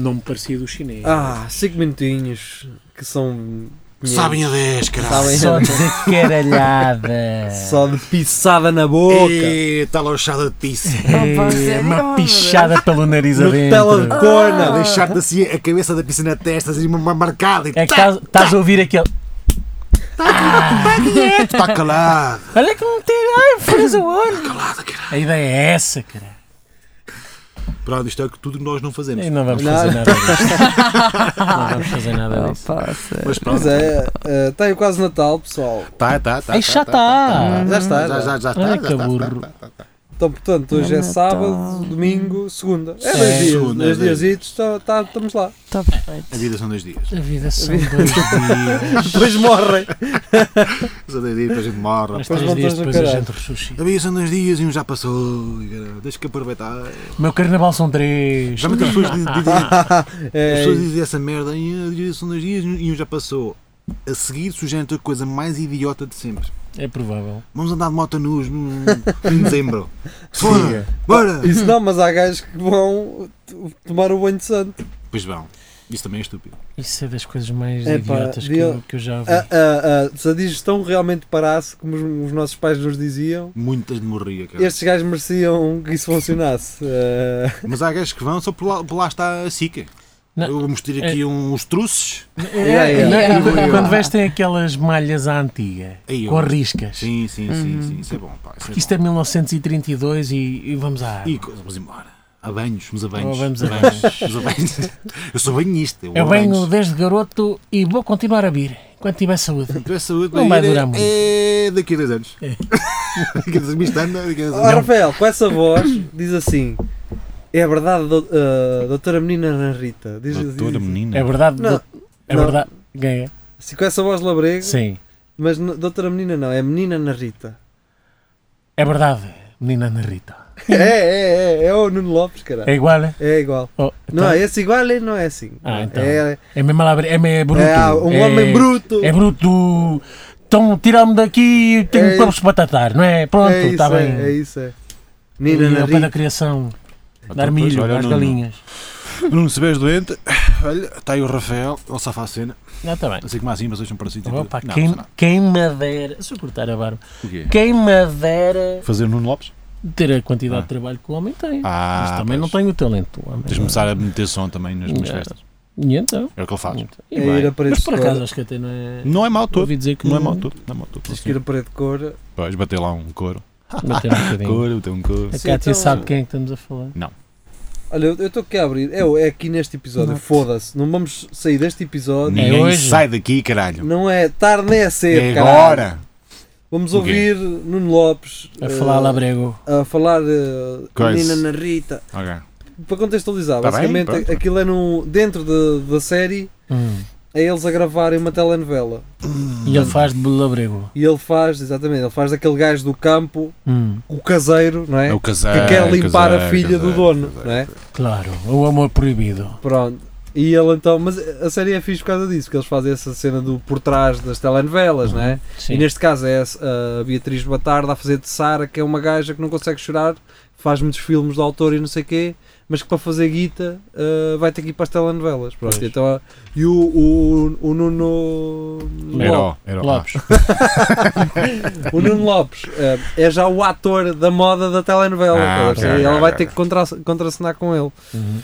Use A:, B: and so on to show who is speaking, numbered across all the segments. A: Não me parecia do chinês.
B: Ah, 5 minutinhos que são.
C: Sabem a 10, caralho.
B: Sabem a-
D: Só de caralhada.
B: Só de pisada na boca.
C: E está lochada de tice.
D: É,
E: Não pode ser, não,
D: uma pichada pelo nariz
B: Nutella de
D: adentro.
C: A
B: corna.
C: deixar-te assim a cabeça da pizza na testa, assim, uma marcada e tá,
D: É que estás a ouvir aquele.
B: Tá
C: está calado.
D: Olha que me tira, ai, fez o olho.
C: Tá Calado, caralho.
D: A ideia é essa, cara.
C: Pronto, isto é que tudo que nós não fazemos.
D: E não vamos fazer nada disso. Não vamos fazer
F: Então,
D: nada disso.
C: Mas pronto.
B: Pois é, eh, está aí quase Natal, pessoal.
C: Tá, tá, tá.
D: Ai,
C: tá,
D: já
C: tá, tá,
D: está.
B: Já está.
C: tá. Já, já, já está.
D: Olha
C: já
D: que
C: está, tá,
D: burro.
C: tá, tá, tá.
B: Então, portanto, hoje é
E: Natal.
B: sábado, domingo, segunda. É,
D: É,
B: dois dias.
C: segunda,
B: dois
C: é dois.
B: dias, tá- tá- estamos lá.
E: Está perfeito.
C: A vida são dois dias.
D: A vida são dois dias.
B: Depois morrem.
C: São dois dias, depois a gente morre.
D: Mas
B: Pois
D: três
B: não
D: dias
B: estás no
D: depois a
B: caralho.
D: gente ressuscita.
C: A vida são dois dias e um já passou. e caralho, Deixa que aproveitar.
D: O meu carnaval são três.
C: Já muitas pessoas di- di- di- As
B: É,
C: pessoas dizem essa merda e são dois dias e um já passou. A seguir sugerem a coisa mais idiota de sempre.
D: É provável.
C: Vamos andar de moto nus num- em dezembro.
D: é.
C: Fora! Bora!
B: isso não, mas há gajos que vão t- tomar o banho de santo.
C: Pois vão. Isso também é estúpido.
D: Isso é das coisas mais
B: Epá,
D: idiotas que
B: viu?
D: eu, que eu já vi.
B: A, a- a- se a digestão realmente parasse, como os, os nossos pais nos diziam,
C: Muitas de morria, cara.
B: estes gajos mereciam que isso funcionasse. Eh,
C: Mas há gajos que vão só por lá, por lá está a sica.
D: Não.
C: Eu vou mostrar aqui um, uns truces.
D: É,
B: Yeah, yeah.
D: não é?
C: Yeah.
D: Quando- Quando vestem aquelas malhas à antiga,
C: Aí,
D: com
C: ó.
D: riscas.
C: Sim, sim, sim, sim. Isso é bom, pá. Isso é
D: Hum. Isto é 1932 e, e vamos à
C: bom. E
D: água.
C: co- vamos embora. A banhos, nos abanhos.
D: Oh, vamos a É
C: abanhos. nos abanhos. Eu sou banhista. Eu,
D: Eu
C: vou a
D: venho
C: banhos.
D: desde garoto e vou continuar a vir, enquanto tiver saúde.
C: Tu és saúde,
D: Não vai
C: ir,
D: durar
C: Então é-
D: muito.
C: É daqui a dois anos.
D: É.
C: daqui a dois anos. isto anda, Daqui a dois
B: Ó,
C: anos.
B: Rafael, com essa voz, diz assim: É verdade, do, eh, doutora menina Ana Rita. Diz, diz-
C: Doutora menina.
D: É verdade?
B: Não,
D: do- é
B: não.
D: verdade? Ganha?
B: assim, com essa voz labrego,
D: Sim.
B: mas n- doutora menina não, é menina Ana Rita.
D: É verdade, menina Ana Rita.
B: É, é, é, é o Nuno Lopes, caralho.
D: É igual? é?
B: É igual.
D: Oh,
B: Não,
D: então, é?
B: esse igual é, não é assim.
D: Ah, então.
B: É,
D: mesmo labre- é mesmo bruto.
B: é um homem bruto.
D: É bruto. Então tirar-me daqui,
B: É
D: tenho para
B: isso.
D: vos batatar, não é? Pronto,
B: é isso,
D: está
B: é,
D: bem. um
B: é isso, é.
D: E
B: Nina
D: ao pé da
B: Narita.
D: criação, dar
C: Então, pois,
D: milho
C: olha,
D: às
C: não-
D: galinhas.
C: Bruno, se vês doente, olha, está aí o Rafael, ele safa a cena.
D: Não, está bem.
C: Não sei como assim, mas hoje não parece assim.
D: Opa,
C: não,
D: quem,
C: não.
D: quem me dera. Deixa eu cortar a barba.
C: O quê?
D: Quem me dera
C: Fazer o Nuno Lopes?
D: ter a quantidade
C: Ah.
D: de trabalho que o homem tem.
C: Ah,
D: Mas também
C: pois.
D: não tenho o talento do homem.
C: Tens de começar a meter som também nas minhas
D: Yeah.
C: festas.
D: E então?
C: É o que ele faz.
D: Então, e
B: É
D: bem.
B: ir a parede
D: Mas por
B: de cor.
D: acaso assim. acho que até não é.
C: Não é mau todo.
D: Ouvi dizer que.
C: Não é mau todo. Não é mau todo.
B: Tens que ir a parede de cor.
C: Pois, bater lá um couro.
D: Bater um bocadinho.
C: Couro, bater um couro.
D: A
B: Sim,
D: Cátia
B: então-
D: sabe quem é que estamos a falar.
B: Olha, eu eu estou aqui a abrir. É, é aqui neste episódio.
D: Não.
B: Foda-se. Não vamos sair deste episódio.
C: Ninguém
D: É hoje.
C: sai daqui, caralho.
B: Não é tarde nem é cedo.
C: é
B: caralho.
C: agora.
B: Vamos
C: O quê?
B: ouvir Nuno Lopes
D: A
B: eh,
D: falar labrego.
B: a falar eh,
C: Coisa.
B: Nina Narita.
C: Ok.
B: Para contextualizar,
C: Tá bem,
B: basicamente
C: pronto.
B: aquilo é no, dentro de- da série.
D: Hum.
B: É eles a gravarem uma telenovela.
D: E ele faz de labrego.
B: E ele faz, exatamente, ele faz daquele gajo do campo,
D: Hum,
B: o caseiro, não é?
C: É o caseiro.
B: que quer limpar a
C: caseiro,
B: filha do
C: caseiro,
B: dono,
C: caseiro.
B: não é?
D: Claro, o amor proibido.
B: Pronto. E ele então, mas a série é fixe por causa disso, porque eles fazem essa cena do por trás das telenovelas,
C: Uhum.
B: não é?
D: Sim.
B: E neste caso é a Beatriz Batarda a fazer de Sara, que é uma gaja que não consegue chorar, faz muitos filmes de autor e não sei quê, mas que para fazer guita ah, vai ter que ir para as telenovelas. Pronto,
D: Pois.
B: então, ah, e o, o, o Nuno Lopes,
C: Era, era.
D: Lopes.
B: o Nuno Lopes ah, é já o ator da moda da telenovela. estás
C: Ah,
B: a perceber?
C: ok,
B: ela
C: ok,
B: vai
C: ok.
B: ter que contra, contracenar com ele.
D: Uhum.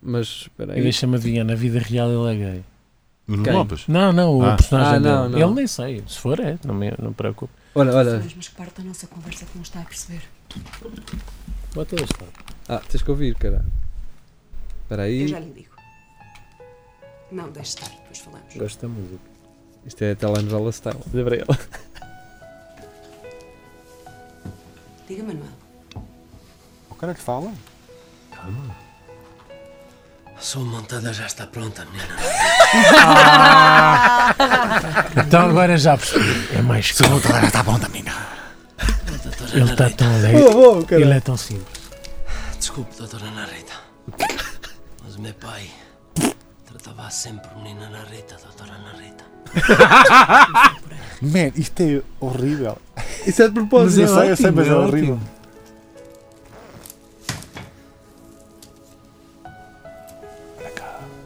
B: Mas espera
D: E
B: aí.
D: deixa-me adivinhar, na vida real ele é gay.
C: O Nuno
B: Quem?
C: Lopes.
D: Não, não, o
C: Ah.
D: personagem
B: Ah, não,
D: dele.
B: não.
D: Ele nem sei. Se for, é. Não me não me preocupo.
B: Olha, olha.
E: Mas que parte da nossa conversa que não está a perceber?
D: Bota ele está.
B: Ah, tens que ouvir, cara. Espera
E: Eu
B: aí.
E: já lhe digo. Não, deixe estar, depois falamos.
D: Gosto da música.
B: Isto é a telenovela style.
E: Diga, Manuel.
C: O cara que fala.
G: A sua montada já está pronta, menina.
D: Então agora já percebi. É mais
C: Se não, já
G: tá
C: está bom da mina.
D: Ele está tão
B: Boa,
D: alegre.
B: boa, cara.
D: Ele é tão simples.
G: Desculpe, doutora Ana Rita. Mas o meu pai tratava sempre menina Ana Rita, doutora Ana Rita.
C: Man, isto é horrível.
B: Isso é de propósito.
C: eu sei, eu sei, mas é horrível.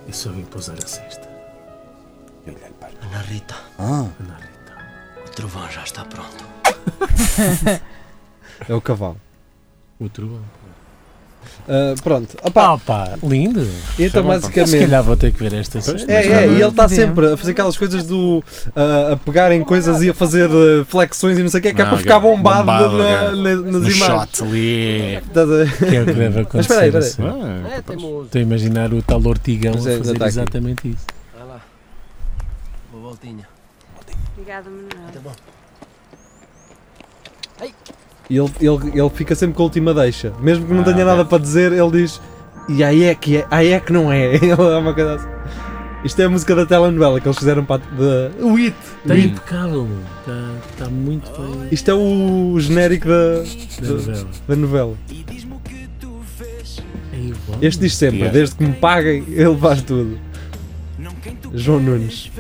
D: Eu só vim pousar a cesta.
C: Eu olhei para.
H: Ana Rita,
C: Ah,
D: Ana Rita.
H: o trovão já está pronto.
B: É o cavalo.
D: O trovão.
B: Ah, pronto. Opá,
D: Pá, pá, lindo.
B: então
D: Se
B: basicamente.
D: calhar vou ter que ver esta cena.
B: É, é, e ele está
F: Devia.
B: sempre a fazer aquelas coisas do. ah, a pegar em coisas e a fazer ah, flexões e não sei o que, é que é
C: Não,
B: para ficar
C: cara,
B: bombado,
C: bombado,
B: na-
C: cara.
B: na- nas
C: no
B: imagens.
C: shot ali.
B: Estás a ver?
D: Que é o que deve
B: Mas espera aí,
D: acontecer.
B: espera aí.
D: assim.
C: Ah,
H: É, temos.
D: Estou a imaginar o tal Ortigão
B: Mas é,
D: a
B: ainda
D: fazer
B: tá aqui.
D: exatamente isso.
H: Vai lá. Boa voltinha. Até
F: Obrigada,
E: Então,
F: Manuel.
H: bom.
B: E ele, ele, ele fica sempre com a última deixa. Mesmo que não
C: Ah,
B: tenha
C: ok.
B: nada para dizer, ele diz. E aí é que é, aí é que não é. Ele dá uma coisa assim. Isto é a música da telenovela que eles fizeram para. a- da- o It!
D: Está Tá impecável, meu. Está tá muito bem.
B: Isto é o genérico da,
D: Da
B: da-
D: novela.
B: da novela.
D: É igual.
B: Este diz sempre:
C: Yeah.
B: desde que me paguem, ele faz tudo. João Nunes.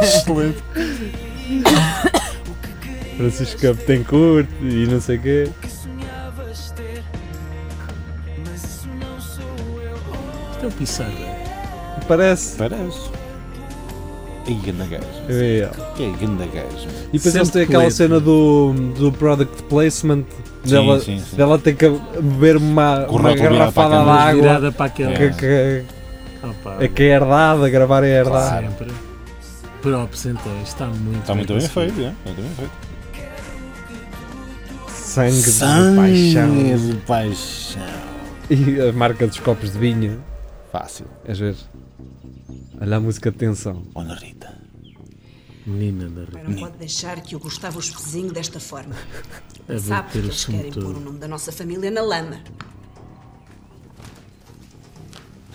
C: excelente.
B: Francisco Campo tem curto e não sei o quê.
D: Isto é o Pissarra.
B: Parece.
C: Parece. E ganda gajo.
B: É ele.
C: Que é ganda gajo.
B: E depois
D: Sempre
B: eles têm aquela
D: colete.
B: cena do, do product placement dela,
C: sim, sim.
B: dela ter que beber uma,
C: Com o
B: uma
C: rótulo virado
B: garrafada
C: para a
B: de
C: câmara.
B: água
D: Virada para aquela.
B: que, que,
D: Ah, pá,
B: é que é herdada, gravar é herdada.
D: Sempre. Props então, está muito
C: Está muito bem
D: conseguido.
C: feito, é? Está muito bem feito.
B: Sangue, de paixão.
C: de paixão.
B: E a marca dos copos de vinho,
C: Fácil.
B: às vezes. Olha a música de tensão.
C: Olha Rita.
D: Menina da Rita.
E: Mas não pode deixar que o Gustavo os pezinho desta forma.
D: A
E: Sabe
D: bater
E: que
D: o
E: eles
D: sumo
E: querem pôr o
D: todo.
E: nome da nossa família na lama.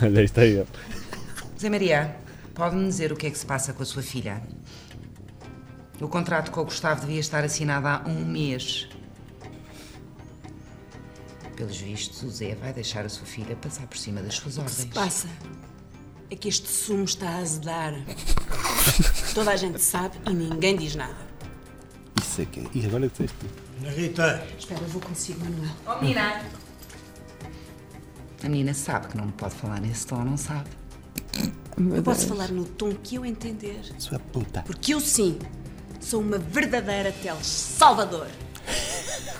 B: Olha, isto é ele.
I: Zé Maria, pode-me dizer o que é que se passa com a sua filha? O contrato com o Gustavo devia estar assinado há um mês. Pelos vistos, o Zé vai deixar a sua filha passar por cima das suas
E: se
I: ordens.
E: passa é que este sumo está a azedar. Toda a gente sabe e ninguém diz nada.
C: Isso é que é. E agora disseste tu.
E: Espera, eu vou consigo, Manuel.
I: A menina sabe que não me pode falar nesse tom, não sabe?
E: Eu posso falar no tom que eu entender.
C: Sua puta.
E: Porque eu sim sou uma verdadeira Teles Salvador.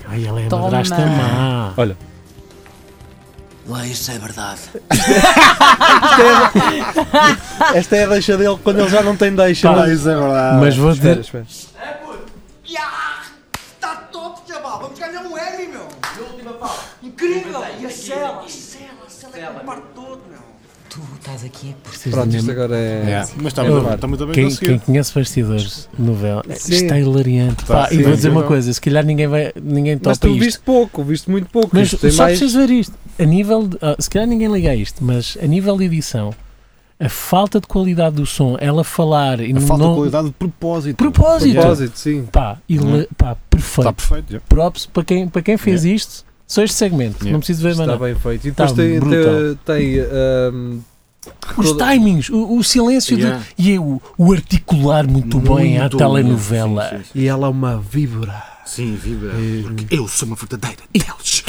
D: Ai, ela é
F: Toma.
D: madrasta
C: Ah.
D: má.
B: Olha,
H: Lá isso é verdade.
B: esta é a deixa dele quando ele já não tem deixa.
D: Pá,
B: mas-
C: isso é verdade.
D: Mas vou
B: Espera,
D: dizer.
B: espera.
J: Tá top, Jabá. Vamos ganhar um M, meu. Minha última fala. Incrível. E a Cela? A Cela. A Cela é que parte todo, meu.
I: Tu estás aqui é por
D: Vocês
B: Pronto,
D: nem-
B: isto agora é.
C: É, mas está muito,
D: Eu-
C: bem- está muito bem
D: Quem, quem
C: conseguido.
D: conhece bastidores de novela,
B: Sim.
D: está hilariante.
C: Tá,
D: Pá, e
C: sim,
D: vou dizer
C: sim.
D: uma coisa: se calhar ninguém, vai, ninguém
B: Mas
D: topa
B: tu
D: isto.
B: viste pouco, viste muito pouco.
D: Mas
B: isto tem
D: só
B: mais.
D: precisas ver isto. A nível de- ah, se calhar ninguém liga a isto, mas a nível de edição, a falta de qualidade do som, ela falar e
C: A
D: não.
C: falta de
D: não-
C: qualidade de propósito.
D: Propósito.
B: Propósito, sim.
D: Pá, e le- pá, perfeito.
C: Está Tá perfeito, já.
D: Props para quem, para quem fez isto, só este segmento.
C: Yeah.
D: Não preciso ver mais
B: Está
D: nada.
B: bem feito. E
D: Está
B: depois tem, tem,
D: brutal.
B: tem, ehm, ahm,
D: Os
B: Toda-
D: timings, o, o silêncio de-
C: Yeah.
D: e é o, o articular muito, bem à
C: Muito
D: telenovela. Eh,
C: bem, sim, sim,
B: e ela é uma víbora.
C: Sim, vibra. Porque eu sou uma verdadeira. Deles.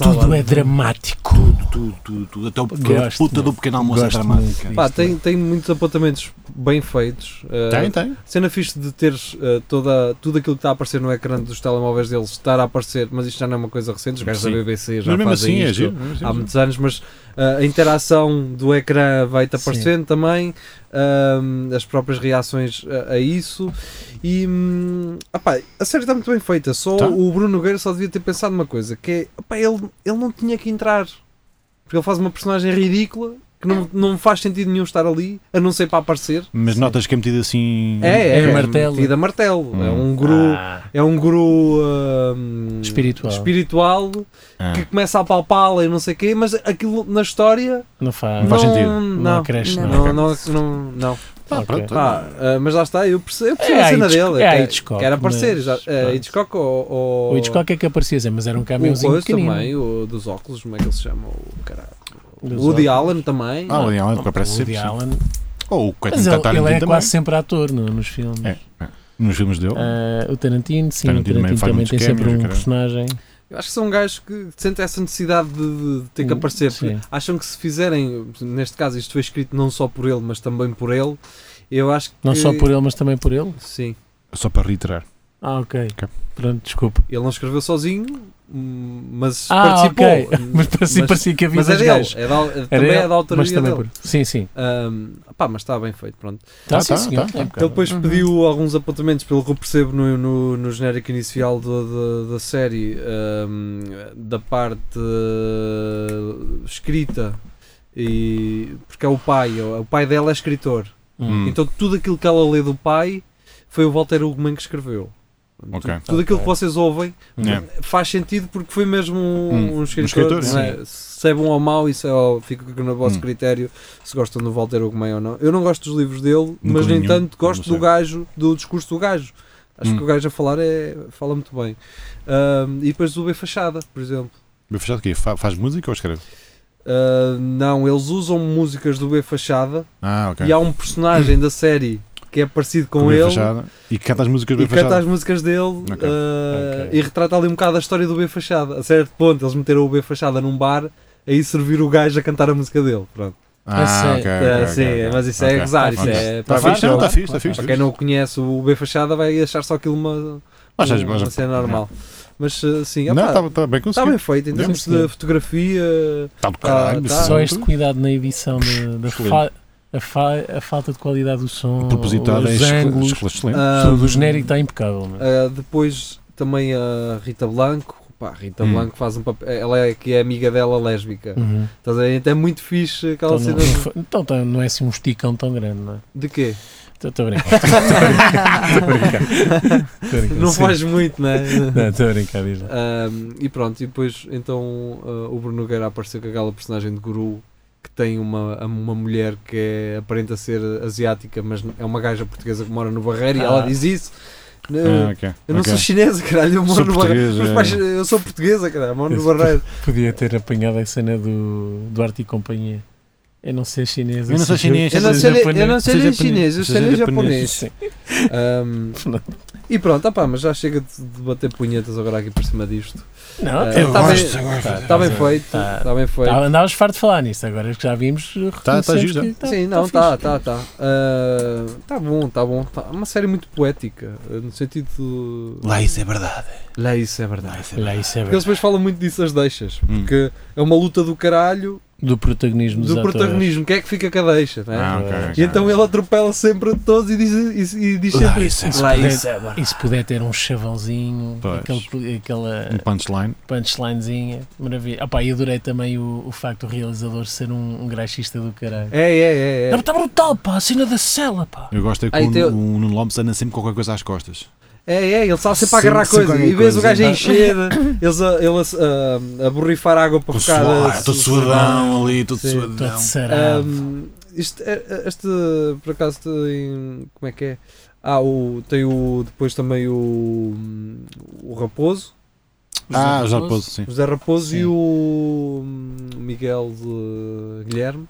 D: Tudo é dramático.
C: Tudo, tudo, tudo. Até o
D: Gosto,
C: puta do pequeno almoço é
D: Gosto
C: dramática.
D: muito.
B: Pá, tem, tem muitos apontamentos bem feitos. Ah,
C: Tem, tem.
B: Cena fixe de teres ah, toda, tudo aquilo que está a aparecer no ecrã dos telemóveis deles estar a aparecer, mas isto já não é uma coisa recente, os gajos da
C: Sim.
B: BBC já
C: Mas mesmo
B: fazem
C: assim é
B: isto
C: giro. é giro.
B: há muitos anos, mas ah, a interação do ecrã vai-te
D: Sim.
B: aparecendo também, ahm, as próprias reações a, a isso. E hum, opá, a série está muito bem feita. Só
C: Tá.
B: o Bruno Nogueira só devia ter pensado uma coisa: que é opá, ele, ele não tinha que entrar, porque ele faz uma personagem ridícula que não, não faz sentido nenhum estar ali, a não ser para aparecer.
C: Mas notas que é metido assim.
B: É, é,
D: É martelo.
B: metido a martelo. É
C: Hum.
B: um guru,
D: Ah,
B: é um guru ahm,
D: espiritual.
B: espiritual
C: Ah.
B: que começa a palpá-la e não sei o quê, mas aquilo na história
D: Não faz.
C: Não Ah. faz sentido.
D: Não,
B: Não,
D: cresce, não.
B: não, não, não, não.
C: Pá,
D: Ok.
C: pronto. tá.
B: Pá, ah, mas lá está, eu percebo, eu percebo
D: É
B: a
D: a
B: cena
D: Hitchcock-
B: dele.
D: é a
B: que-
D: Hitchcock,
B: que era aparecer,
D: mas-
B: exato. É
D: pronto.
B: Hitchcock ou, ou
D: O
C: Oh.
D: Hitchcock é que aparecia, mas era um
B: o
D: caminhãozinho
B: coisa
D: pequenino.
B: também, o dos óculos, como é que ele se chama? O caralho.
D: Dos
B: Woody
D: óculos.
B: Allen também.
C: Ah, o Woody
D: é
C: Allen, que aparece
D: Woody
C: sempre. sim.
D: Allen.
C: Ou o
D: Mas
C: Quentin
D: ele, ele
C: Tarantino
D: é
C: também.
D: quase sempre ator no- nos filmes.
C: É. Nos filmes dele.
D: Ah, o Tarantino, sim,
C: Tarantino
D: o
C: também
D: Tarantino
C: faz
D: também
C: muitos
D: tem sempre
C: cameos,
D: um
C: caralho.
D: personagem.
B: Eu acho que são gajos que sentem essa necessidade de, de ter que
A: Hum,
B: aparecer.
A: sim.
B: Acham que se fizerem, neste caso, isto foi escrito não só por ele, mas também por ele. Eu acho que.
A: Não só por ele, mas também por ele?
B: Sim.
D: Só para reiterar.
A: Ah, ok.
D: Ok.
A: Pronto, desculpa.
B: Ele não escreveu sozinho, hum, mas
A: Ah,
B: participou. hum,
A: ok. Mas parecia,
B: Mas-
A: parecia que havia
B: Mas é
A: dois
B: dele.
A: gajos.
B: é da-
A: Era
B: também
A: ele,
B: é da autoria
A: mas também
B: dele.
A: por- Sim, sim.
B: Ahm, pá, mas está bem feito, pronto.
A: Tá,
D: Tá,
A: sim,
D: tá,
A: senhor.
D: tá,
A: Tá,
D: tá.
B: Ele Então depois
I: Uhum.
B: pediu alguns apontamentos, pelo que eu percebo no, no, no genérico inicial do- da- da série, ahm, da parte eh, escrita, e, porque é o pai, é o o pai dela é escritor.
A: Hum.
B: Então tudo aquilo que ela lê do pai foi o Walter Ugman que escreveu.
D: Ok.
B: Tudo aquilo que vocês ouvem
D: Yeah.
B: faz sentido porque foi mesmo um,
D: É. Hum,
B: um
D: um
B: escritor.
D: escritor,
B: não é? Se é bom ou mau, isso é, ó, fica no vosso
D: Hum.
B: critério se gostam do Walter Ugman ou não. Eu não gosto dos livros dele, mas no
D: nenhum,
B: entanto gosto
D: não
B: do
D: sei.
B: gajo, do discurso do gajo. Acho
D: Hum.
B: que o gajo a falar é, fala muito bem. Ahm, e depois do B Fachada, por exemplo.
D: Bem fechado o quê? Fa- Faz música ou escreve?
B: Ah, não, eles usam músicas do B Fachada
D: Ah, ok.
B: e há um personagem da série que é parecido com,
D: Bem
B: ele.
D: fechada. E canta as músicas bem
B: E canta as
D: fechadas.
B: músicas dele
D: Ok.
B: eh,
A: Ok.
B: e retrata ali um bocado a história do B Fachada. A certo ponto, eles meteram o B Fachada num bar aí servir o gajo a cantar a música dele. Pronto.
D: Ah, ok.
B: Eh,
D: ok,
B: sim,
D: ok,
B: mas isso
D: ok.
B: é gozar, isso
D: Ok.
B: é para
D: Está fixe,
B: baixo.
D: não? Está fixe, está fixe.
B: Para quem não o conhece, o B Fachada vai achar só aquilo uma,
D: Mas é achas-
B: uma
D: mas-
B: cena normal. Mas eh, sim,
D: Não,
B: opá,
D: está está bem
B: está
D: conseguido.
B: bem feito em
A: Sim,
B: termos
A: senhor.
B: de fotografia.
D: Está do caralho.
B: tá.
A: Só
D: sim.
A: este cuidado na edição da, da
D: Excelente.
A: fa- a, fa- a falta de qualidade do som,
D: Propositado é
A: os
D: excelente.
A: ângulos,
D: excelente.
B: ah,
A: tudo, o genérico tá está impecável. meu.
B: Uh, depois também a Rita Blanco. Pá, a Rita
D: Hum.
B: Blanco faz um papel. Ela é que é amiga dela lésbica.
A: Uhum.
B: Estás a ver? Então é muito fixe aquela
A: Então, não,
B: cena
A: não
B: de-
A: foi- então, tá- não é assim um esticão tão grande, não é?
B: de quê?
A: Estou a brincar. Estou a brincar. Tô a brincar.
B: Não
A: Sim.
B: faz muito, né?
A: Não, estou a brincar, diz lá.
B: Um, e pronto, e depois então uh, o Bruno Nogueira apareceu com aquela personagem de guru que tem uma, uma mulher que é, aparenta ser asiática, mas é uma gaja portuguesa que mora no Barreiro e ela
A: Ah.
B: diz isso.
D: Ah,
B: Eu
D: ok,
B: não
D: ok.
B: sou chinesa, caralho, eu moro
D: Sou
B: no Barreiro.
D: portuguesa,
B: Meus pais-
A: é.
B: Eu sou portuguesa, caralho, moro no
A: Esse-
B: Barreiro.
A: Podia ter apanhado a cena do Duarte e companhia. Eu não sei chinês.
C: Eu não sou chinês,
B: Eu não
A: sou
B: sei, ler- eu
A: japonês,
B: não sei
A: sou
B: ler
A: japonês.
B: chinês, eu sei
C: Seja
B: ler
C: japonês.
B: japonês. Um, e pronto, opá, mas já chega de de bater punhetas agora aqui por cima disto.
A: Não,
B: Ah,
A: eu
B: tá bem-
A: gosto, eu gosto.
B: Está bem feito,
A: tá.
B: está bem feito.
A: Tá, andavas farto de falar nisto agora, que já vimos.
D: Tá- tá giro, já.
B: Sim, não, tá, tá, tá. Ah, tá bom, tá bom. Tá uma série muito poética, no sentido.
C: Lá isso é verdade.
B: Lá isso é verdade.
A: Lá isso é
B: Porque eles
A: verdade.
B: depois falam muito disso as deixas,
D: Hum.
B: porque é uma luta do caralho
A: Do protagonismo dos
B: do
A: atores.
B: protagonismo. Quem é que fica com a deixa? não é?
D: Ah, ok,
B: E
D: ok.
B: então ele atropela sempre a todos e diz, e, e diz sempre
C: isso é
A: Lá
B: verdade.
A: isso é verdade. E se puder ter um chavãozinho,
D: Pois.
A: aquele, aquela
D: Um punchline.
A: punchlinezinha, maravilha. Opa, e adorei também o, o facto do realizador ser um, um graxista do caralho.
B: É, é, é. é.
A: Não, Está brutal, pá, a cena da cela, pá.
D: Eu gosto é que
B: Ah,
D: o,
B: então-
D: o Nuno Lopes anda sempre com qualquer coisa às costas.
B: É, é, ele sabe sempre a
D: Sempre,
B: agarrar
D: sempre
B: coisa. E
D: qualquer
B: vês o gajo a
D: coisa.
B: encher, eles a, eles a, a borrifar água para
D: Com
B: ficar.
D: suor,
B: a-
D: todo suadão ali, todo
B: Sim.
D: suadão.
A: Todo
D: Ah,
A: sarado.
B: Um, isto é- este, por acaso, tem. Como é que é? Ah, o, tem o. Depois também o. O Raposo,
D: Ah, já
A: Raposo.
D: pôs, sim.
B: José Raposo e
A: Sim.
B: o. hum, Miguel de Guilherme.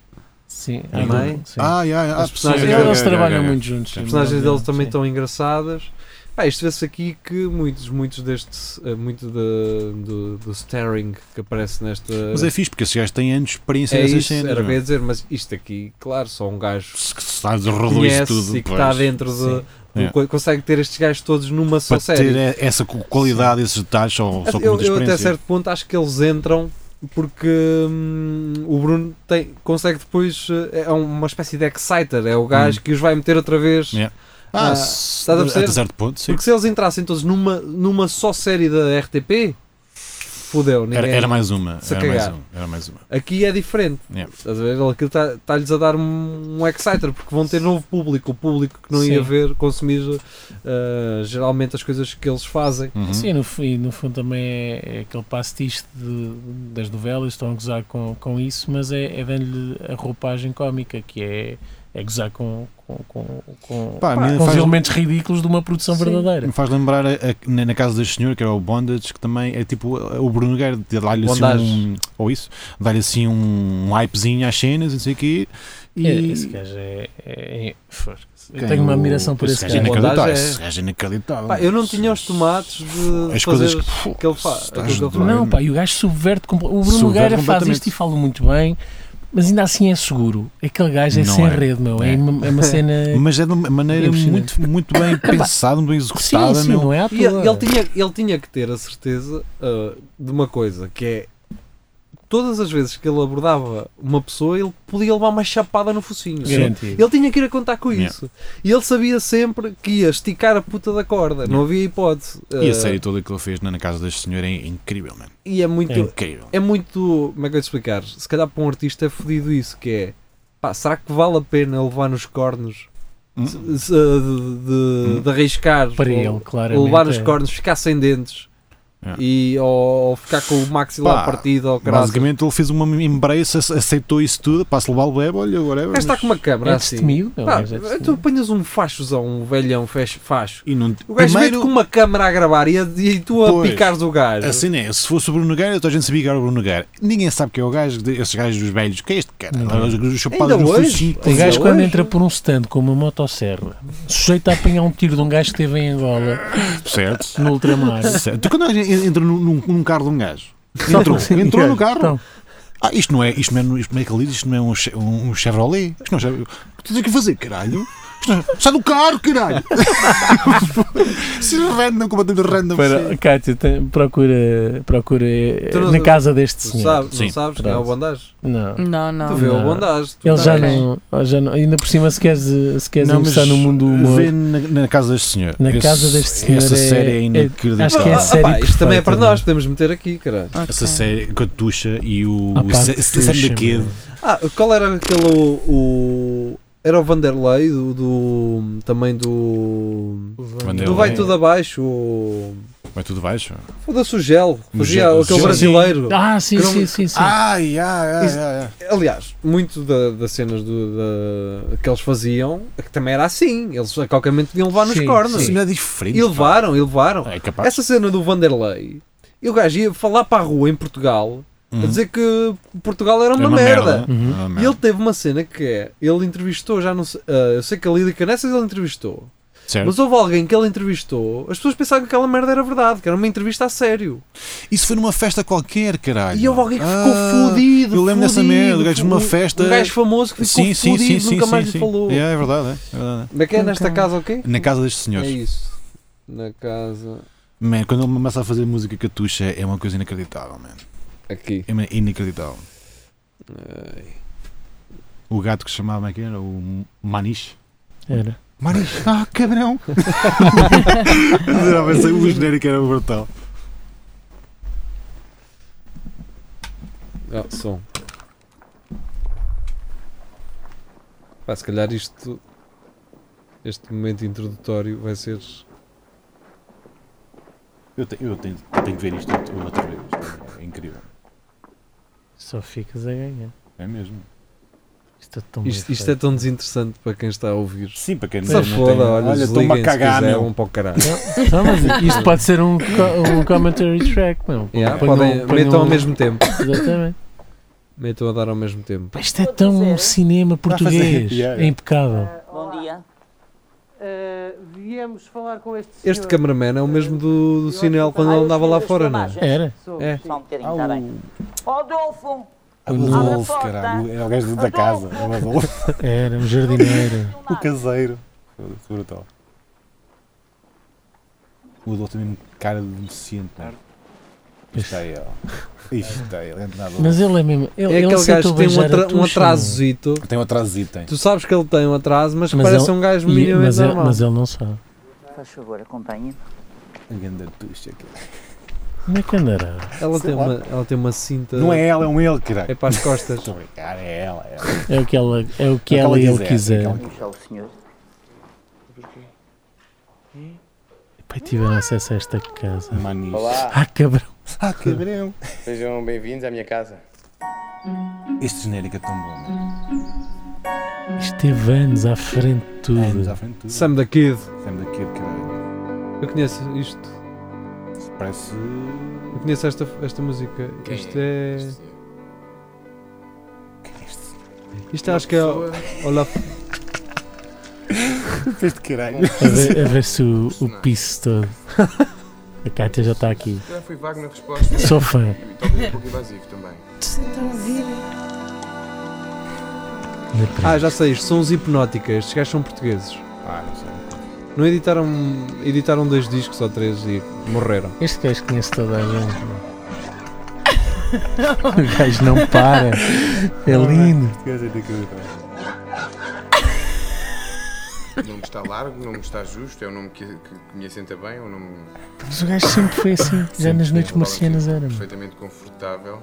A: Sim,
B: Também.
A: adoro, sim.
D: Ah, yeah, yeah.
B: As
D: ah,
B: personagens-
D: sim,
A: Eles
D: ok, ok,
A: trabalham
D: ok, ok.
A: muito juntos.
D: As
B: As personagens deles também
A: sim.
B: estão engraçadas. Pá, isto vê-se aqui que muitos, muitos deste. eh, Muito de- do, do staring que aparece nesta.
D: Mas é fixe, porque esses gajos têm anos de experiência
B: é
D: nessas
B: isso,
D: cenas.
B: era o que eu ia
D: meu.
B: dizer, mas isto aqui, claro, só um gajo
D: Se que se sabe, rodou isso
B: conhece
D: tudo.
B: e que
D: pois.
B: está dentro de.
A: Sim.
B: do-
D: É.
B: co- Consegue ter estes gajos todos numa só
D: Para
B: série.
D: ter é- essa cu- qualidade, esses detalhes, só, só com
B: eu,
D: muita
B: eu até
D: experiência.
B: certo ponto acho que eles entram porque hum, o Bruno tem- consegue depois. eh, É uma espécie de exciter, é o gajo
D: Hum.
B: que os vai meter outra vez.
D: Yeah.
B: Ah,
D: Ah,
B: estás a
D: se-
B: perceber?
D: até certo ponto, sim.
B: Porque se eles entrassem todos numa, numa só série da RTP, fodeu. Ninguém...
D: Era, era mais uma.
B: se
D: Era mais
B: cagar.
D: uma. Era mais uma.
B: Aqui é diferente.
D: Yeah.
B: Estás a ver? Aquilo está- está-lhes a dar um, um exciter porque vão ter novo público, o público que não ia
A: Sim.
B: ver consumir eh, geralmente as coisas que eles fazem.
D: Uhum.
A: Sim, no, fu- e no fundo também é, é aquele pastiche de, das novelas, estão a gozar com, com isso, mas é, é dando-lhe a roupagem cómica, que é É gozar com, com, com, com,
C: Pá, a
A: pá,
C: mim
A: com os
C: faz- um
A: elementos ridículos de uma produção
C: Sim.
A: verdadeira.
C: Me faz lembrar a- a- na, na casa deste senhor, que era o Bondage, que também é tipo a- o Bruno Guerra, de dar-lhe assim
B: Bondage.
C: um. Ou isso? Dar-lhe assim um hypezinho às cenas, não sei o quê. E.
A: É, esse gajo é. é- é- foda-se. eu
C: Quem
A: tenho uma
C: o-
A: admiração por esse
C: gajo. é
A: gajo.
B: gajo.
C: inacreditável,
B: Bondage é-
C: Esse gajo é inacreditável.
B: Pá, eu não
C: Esse-
B: tinha os tomates de fazer
C: As coisas que,
B: que ele faz-
C: Estás
B: aquilo que ele faz.
C: doido.
A: Não, pá, e o gajo subverte. compl- O Bruno
C: Subverte
A: Nogueira faz
C: completamente.
A: isto e fala muito bem, mas ainda assim é seguro. Aquele gajo é
C: Não
A: sem
C: é.
A: rede, meu. É,
C: É.
A: uma, é uma cena.
C: Mas é de uma maneira
A: Impressionante.
C: muito, muito bem pensada, muito bem
A: sim,
C: executada.
A: sim,
C: meu.
A: não é à
B: E ele,
A: toa.
B: ele tinha, ele tinha que ter a certeza ah, de uma coisa, que é todas as vezes que ele abordava uma pessoa, ele podia levar uma chapada no focinho.
A: Garantido.
B: Ele tinha que ir a contar com
C: Yeah.
B: isso. E ele sabia sempre que ia esticar a puta da corda. Não havia hipótese.
A: é?
C: E
B: Ah,
C: a série toda que ele fez na, na casa deste senhor é incrível, mano.
B: e é muito.
A: É.
C: Incrível.
B: É muito. Como é que eu ia explicar? Se calhar para um artista é fodido isso, que é. Pá, será que vale a pena levar nos cornos
C: Hum?
B: se- se- de, de- de arriscar
A: Para
B: ou-
A: ele, claramente.
B: ou levar nos
A: é.
B: cornos, ficar sem dentes
C: É.
B: e, ou, ou ficar com o maxilar
C: Pá,
B: partido ou caralho.
C: Basicamente ele fez uma embrace, ace- aceitou isso tudo, passa levar o bebo, olha, agora
B: O gajo tá está com uma câmara
A: É
B: assim.
A: destemido, meu.
B: Pá,
A: gajo é
B: tu
A: destemido.
B: apanhas um fachozão, um velhão fech- facho.
C: E não,
B: O gajo
C: primeiro,
B: mete com uma câmara a gravar e, a- e tu a
C: Pois.
B: picares o gajo.
C: a cena é, se fosse o Bruno Nogueira, toda a gente sabia que era o Bruno Nogueira. Ninguém sabe que é o gajo, de- esses gajos dos velhos, que é este cara?
A: Não.
C: Os, os
B: Ainda
C: chapados do
B: hoje?
C: focinho.
A: O gajo,
B: Ainda
A: quando
B: é, hoje?
A: entra por um stand com uma motosserra, sujeito a apanhar um tiro de um gajo que esteve em Angola,
C: Certo?
A: no ultramar.
C: certo. Tu Então, quando a gente entra num, num- num carro de um gajo, entrou, entrou no carro.
A: Então,
C: Ah, isto não é, isto não é, isto não é Caliz, isto não é um, che- um, um Chevrolet. Isto não é Chevrolet. O que tens aqui a fazer, caralho? Isto não é- Sai do carro, caralho! Se random, completamente random.
A: para, Cátia, tem- procura, procura eh,
B: Tu não-
A: na casa deste
B: Tu
A: senhor.
B: sabes,
C: Sim.
B: não sabes quem é o
A: Pronto.
B: bondage?
A: Não.
K: Não,
B: Tu
K: não.
B: vê o
A: Não.
B: bondage. tu tá
A: Ele já
B: sabes.
A: não, já não. Ainda por cima, se queres, eh, se queres ingressar no mundo do humor.
C: Vê na, na casa deste senhor.
A: Na casa deste senhor
C: Essa
A: é-
C: série
A: é-
C: é inacreditável.
A: acho que é a série
B: pá, isto também é para
A: perfeita,
B: nós,
A: não
B: podemos meter aqui, caralho.
K: Ok.
C: Essa série com a Tuxa e o
A: Ah, pá,
C: Sa- Sam
A: Tuxa,
C: the Kid.
A: meu.
B: Ah, qual era aquele. o- O, era o Vanderlei, do, do- também do.
C: Vanderlei.
B: do Vai Tudo Abaixo, o.
C: é- Vai tudo baixo?
B: Foda-se o gel, fazia
C: Gel,
B: aquele
C: sim.
B: brasileiro.
A: Ah, sim,
B: Que não-
A: sim, sim. sim.
C: Ai, ai, ai,
B: Isso-
C: ai, ai.
B: Aliás, muito da- das cenas do, da- que eles faziam, que também era assim, eles a qualquer momento deviam levar nos
A: Sim,
B: cornos.
C: Isso não é diferente.
B: E levaram, e levaram.
C: pá. É capaz.
B: Essa cena do Vanderlei, e o gajo ia falar para a rua em Portugal, a
C: Uhum.
B: dizer que Portugal era
C: É
B: uma, merda.
A: Uhum.
C: É uma
B: E
C: merda.
B: ele teve uma cena que é, ele entrevistou, já não sei, ah, eu sei que a Lídia Canessas ele entrevistou,
C: Certo.
B: mas houve alguém que ele entrevistou, as pessoas pensavam que aquela merda era verdade, que era uma entrevista a sério.
C: Isso foi numa festa qualquer, caralho.
B: E houve alguém que ficou
C: Ah,
B: fodido.
C: Eu lembro dessa
B: fudido,
C: merda, o gajo numa
B: um-
C: festa.
B: Um gajo famoso que ficou
C: Sim, sim,
B: fodido,
C: sim, sim.
B: nunca
C: sim,
B: mais
C: sim.
B: lhe falou.
C: É, é verdade, é, é verdade.
B: Mas que é nesta
K: Nunca.
B: casa o quê?
C: Na casa destes
B: É
C: senhores.
B: isso. Na casa.
C: Man, quando ele começa a fazer música catuxa é uma coisa inacreditável, man.
B: Aqui.
C: É uma- inacreditável.
B: Ai.
C: O gato que se chamava quem era? O Maniche.
A: Era.
C: Maniche? Ah, cabrão! Adorava esse- o genérico era brutal.
B: Ah, som. Pá, se calhar isto. Este momento introdutório vai ser.
C: Eu, te- eu tenho, tenho que ver isto outra vez. É incrível.
A: Só ficas a ganhar.
C: É mesmo.
A: Isto é tão bem
B: Isto, isto é
A: feito.
B: tão desinteressante para quem está a ouvir.
C: Sim, para quem
B: Se foda, olha,
C: estou-me a
B: desliguem se um
C: cagar,
B: quiser,
C: meu.
B: vão para o caralho.
A: Não, mas isto pode ser um, co- um commentary track, não.
B: Yeah,
A: Põe um-
B: podem,
A: põe
B: metam ao
A: um-
B: mesmo tempo.
A: Exatamente.
B: Metam a dar ao mesmo tempo.
A: Pá, Isto é tão cinema português.
C: Yeah.
A: É impecável.
K: Bom dia.
L: viemos falar com este senhor.
B: Este cameraman é o mesmo do, do
C: tá-
B: Sinel
C: Ah,
B: quando ele andava lá fora, não é?
A: Era.
L: Sobre-
B: É.
K: Só um bocadinho, está bem. Rodolfo!
C: O Adolfo, caralho. É o gajo da casa. É o Adolfo,
A: Era, um jardineiro.
C: o caseiro. Foda-se, Brutal. O Adolfo tem mesmo cara de deficiente, mano. Isto é ele. Isto é ele. é nada.
A: Mas ele é mesmo. Ele,
B: É
A: ele
B: aquele gajo
A: aceitou
B: que tem um,
A: beijar a
B: atra um
A: tucha, meu.
B: atrasozito.
C: Tem um atrasito, tem.
B: Tu sabes que ele tem um atraso, mas,
A: Mas
B: parece
A: ele-
B: um gajo
A: E-
B: minimamente
A: mas, ele,
B: normal.
A: mas ele não sabe.
K: Faz favor, acompanhe.
C: A ganda tuxa, cara.
A: Como é que andará?
B: ela,
C: sei
B: tem
C: lá.
B: uma, ela tem uma cinta.
C: Não é ela, é um ele,
B: é
C: caralho.
B: para as costas.
C: Estou a brincar, é ela. É ela.
A: É o que ela, é o que
C: É o
A: ela,
C: que
A: e
C: ela
A: ele
C: quiser,
A: quiser.
C: é o que
K: Puxa o senhor.
A: Pai, tiveram acesso a esta casa.
C: Manis.
A: Ah, cabrão.
C: Ah, cabrão.
L: Sejam bem-vindos à minha casa.
C: Este genérico é tão bom, mano.
A: Isto teve anos à frente de
C: Anos
A: tudo.
C: à frente de tudo.
B: Sam da Kid.
C: Sam da Kid, caralho.
B: Eu conheço isto.
C: Parece.
B: Eu conheço esta, esta música.
G: Quem
B: isto é.
C: é
B: Isto acho que é. o- Olá.
C: Fez de caralho.
A: A ver, a ver se o, o piso todo. A Kátia já está aqui.
L: Já fui vago na resposta
A: Sou fã.
L: e talvez um pouco invasivo também.
A: Não é para-
B: Ah, já sei, isto são os Hipnótica. Estes gajos são portugueses.
C: Ah, não sei.
B: Não editaram. Editaram dois discos ou três e morreram.
A: Este gajo conhece toda a gente. meu. O gajo não para. É lindo.
C: Este gajo é daquilo.
L: O nome está largo, o nome está justo, é um nome que, que, que me assenta bem, é um nome
A: Mas o gajo sempre foi assim. Já nas noites
L: que me fala
A: marcianas
L: assim,
A: era. meu.
L: perfeitamente confortável.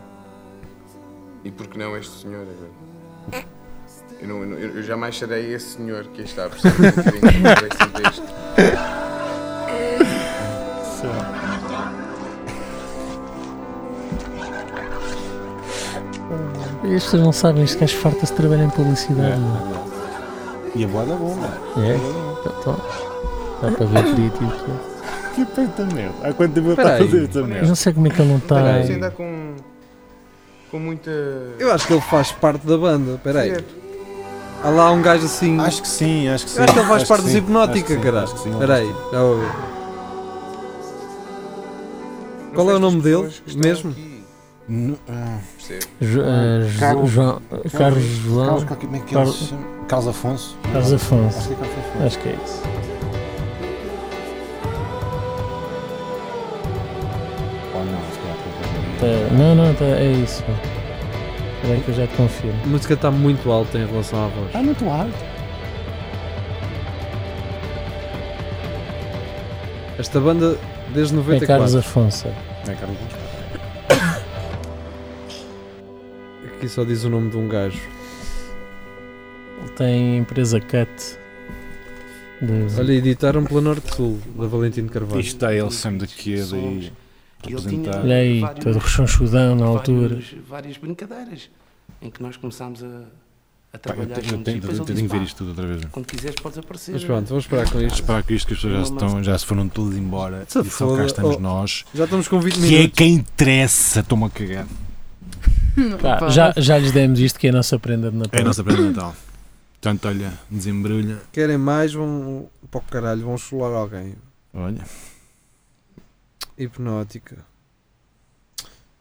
L: E por que não este senhor agora? Eu, não, eu, não- eu jamais serei esse senhor que aí está, um percebe? Eu tenho é que encontrar esse contexto.
A: E As pessoas não sabem, este gajo farta-se de trabalhar em publicidade. meu.
C: E a boada é boa, mano.
A: É? Então, dá para ver crítico.
C: Que peito merda. Há Ah, quanto tempo eu estou a
B: Peraí.
C: fazer esta
A: Eu
C: merda?
A: não sei como é que ele não está.
L: Mas ainda há com, com muita.
B: Eu acho que ele faz parte da banda. Peraí.
L: Certo.
B: Há lá um gajo assim.
C: Acho que sim, acho que sim.
B: Eu acho que ele faz parte
C: que
B: dos
C: sim,
B: Hipnótica,
C: acho que sim,
B: caralho.
C: acho que sim,
B: Espera aí, É já vou ver.
L: Não
B: qual é o
L: sei se as
B: nome dele
L: pessoas que estão
B: mesmo?
L: aqui,
C: No- ah,
L: percebe?
A: Jo- ah, Jo-
C: Carlos-
A: João- Carlos João.
C: Carlos, qualquer- como é que ele
A: Carlos-
C: se chama? Carlos Afonso?
A: Carlos Afonso.
C: Acho que é Carlos Afonso.
A: Acho que é isso.
C: Ou não, é se calhar. foi-
A: Tá- não, não, tá- é isso. Espera aí que eu já te confirmo.
B: A música está muito alta em relação à voz.
C: Está muito alto.
B: Esta banda desde
A: É Carlos
B: 94.
A: Afonso.
C: É Carlos Afonso.
B: Aqui só diz o nome de um gajo.
A: Ele tem a empresa Cut. De-
B: Olha, editaram pela Norte Sul, da Valentino Carvalho.
C: Isto está ele Sam da Kid aí. Representar.
A: Olha aí, todo rechonchudão na altura.
G: Vários- várias brincadeiras em que nós começámos a, a
C: Pá, eu
G: trabalhar
C: te- eu
G: juntos.
C: tenho
G: e depois
C: eu
G: ele
C: tenho que
G: disse,
C: ver
G: "Pá,
C: isto tudo outra vez.
G: Quando quiseres podes aparecer.
B: Mas pronto, vamos parar com isto.
C: Esperar que isto que as pessoas já se, estão, já se foram todas embora
B: Se
C: e só
B: foda.
C: cá estamos
B: Oh.
C: nós.
B: Já estamos com 20
C: Que é
B: minutos.
C: quem interessa, estou-me a cagar.
F: Hum,
A: Pá, Tá, já, já lhes demos isto que é a nossa prenda de Natal.
C: É a nossa prenda de Natal. Portanto, olha, desembrulha.
B: Querem mais, vão para o caralho, vão chular alguém.
C: Olha.
B: Hipnótica.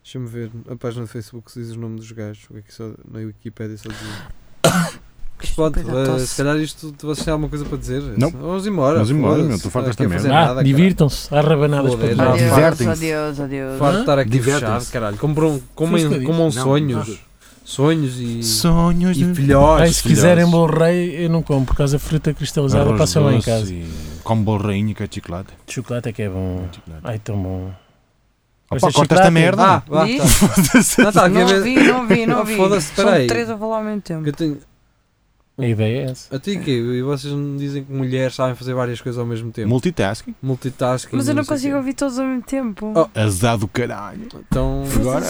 B: Deixa-me ver. A página do Facebook diz o nome dos gajos. Aqui só, na Wikipédia só diz. Mas Pronto, eh, se calhar isto tu vocês têm alguma coisa para dizer.
C: Não.
B: Vamos embora.
C: Vamos embora,
B: foda-se.
C: meu, tu
B: Não quero
C: fartas também. é?
B: fazer nada,
A: Ah,
B: caralho.
A: divirtam-se. Há rabanadas para
B: Foda-se.
A: todos.
B: Ah,
K: Adeus,
C: Divertem-se.
K: adeus, adeus.
B: Farto de estar aqui
C: Divertem-se.
B: fechado, caralho. Como, um- como,
A: Foi isso que
B: em-
A: eu
B: como um
C: disse. Não,
B: sonhos.
C: mas-
B: Sonhos e,
C: Sonhos
B: e
C: de
A: Ai,
B: filhós.
A: se quiserem bom rei, eu não como, por causa da fruta cristalizada,
C: Arroz
A: passem lá em
C: doce
A: casa.
C: e Com borrainha que é chocolate.
A: De chocolate é que é bom.
C: chocolate.
A: Ai, tão bom.
C: Opa,
A: Vocês
C: corta esta
A: chocolate?
C: merda.
B: Ah, vá,
F: Diz.
B: tá. Não, tá, aqui a
F: Não
B: ver-
F: vi, não vi, não
B: Ah,
F: vi.
B: foda-se,
F: São
B: peraí.
F: três a falar ao mesmo tempo.
B: Eu tenho.
A: A ideia é essa.
B: A ti quê? E vocês me dizem que mulheres sabem fazer várias coisas ao mesmo tempo.
C: Multitasking.
B: Multitasking.
F: Mas eu não
B: sei
F: consigo
B: quê.
F: ouvir todos ao mesmo tempo.
B: Oh.
C: Azar do caralho.
B: Então.
C: Agora.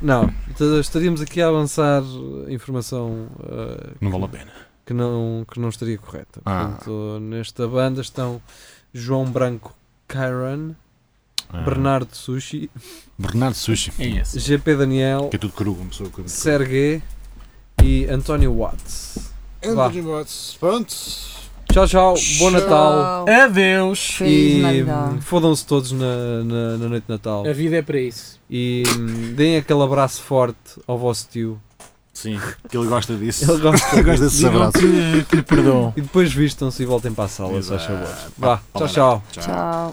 B: Não, então estaríamos aqui a avançar uh, informação eh,
C: Não vale a pena.
B: que, não, que não estaria correta.
C: Ah.
B: Portanto, nesta banda estão João Branco Kyron,
C: Ah.
B: Bernardo Sushi,
C: Bernardo Sushi.
A: É essa.
B: GP Daniel,
C: Que é tudo cru, uma pessoa cru.
B: Sergei e António Watts. Vá.
C: Pronto.
B: Tchau, tchau, bom Natal
F: Tchau. É.
A: Adeus!
F: Feliz
B: e
F: Natal.
B: hum, fodam-se todos na, na, na noite de Natal
A: A vida é para isso.
B: e hum, deem aquele abraço forte ao vosso tio.
C: Sim, que ele gosta disso.
B: Ele gosta
C: Ele gosta desses
A: Digam
C: abraços.
A: que, que lhe perdoam.
B: E depois vistam-se e voltem para a sala, se faz favor.
C: Exato.
B: Vá, tchau, tchau.
F: Tchau.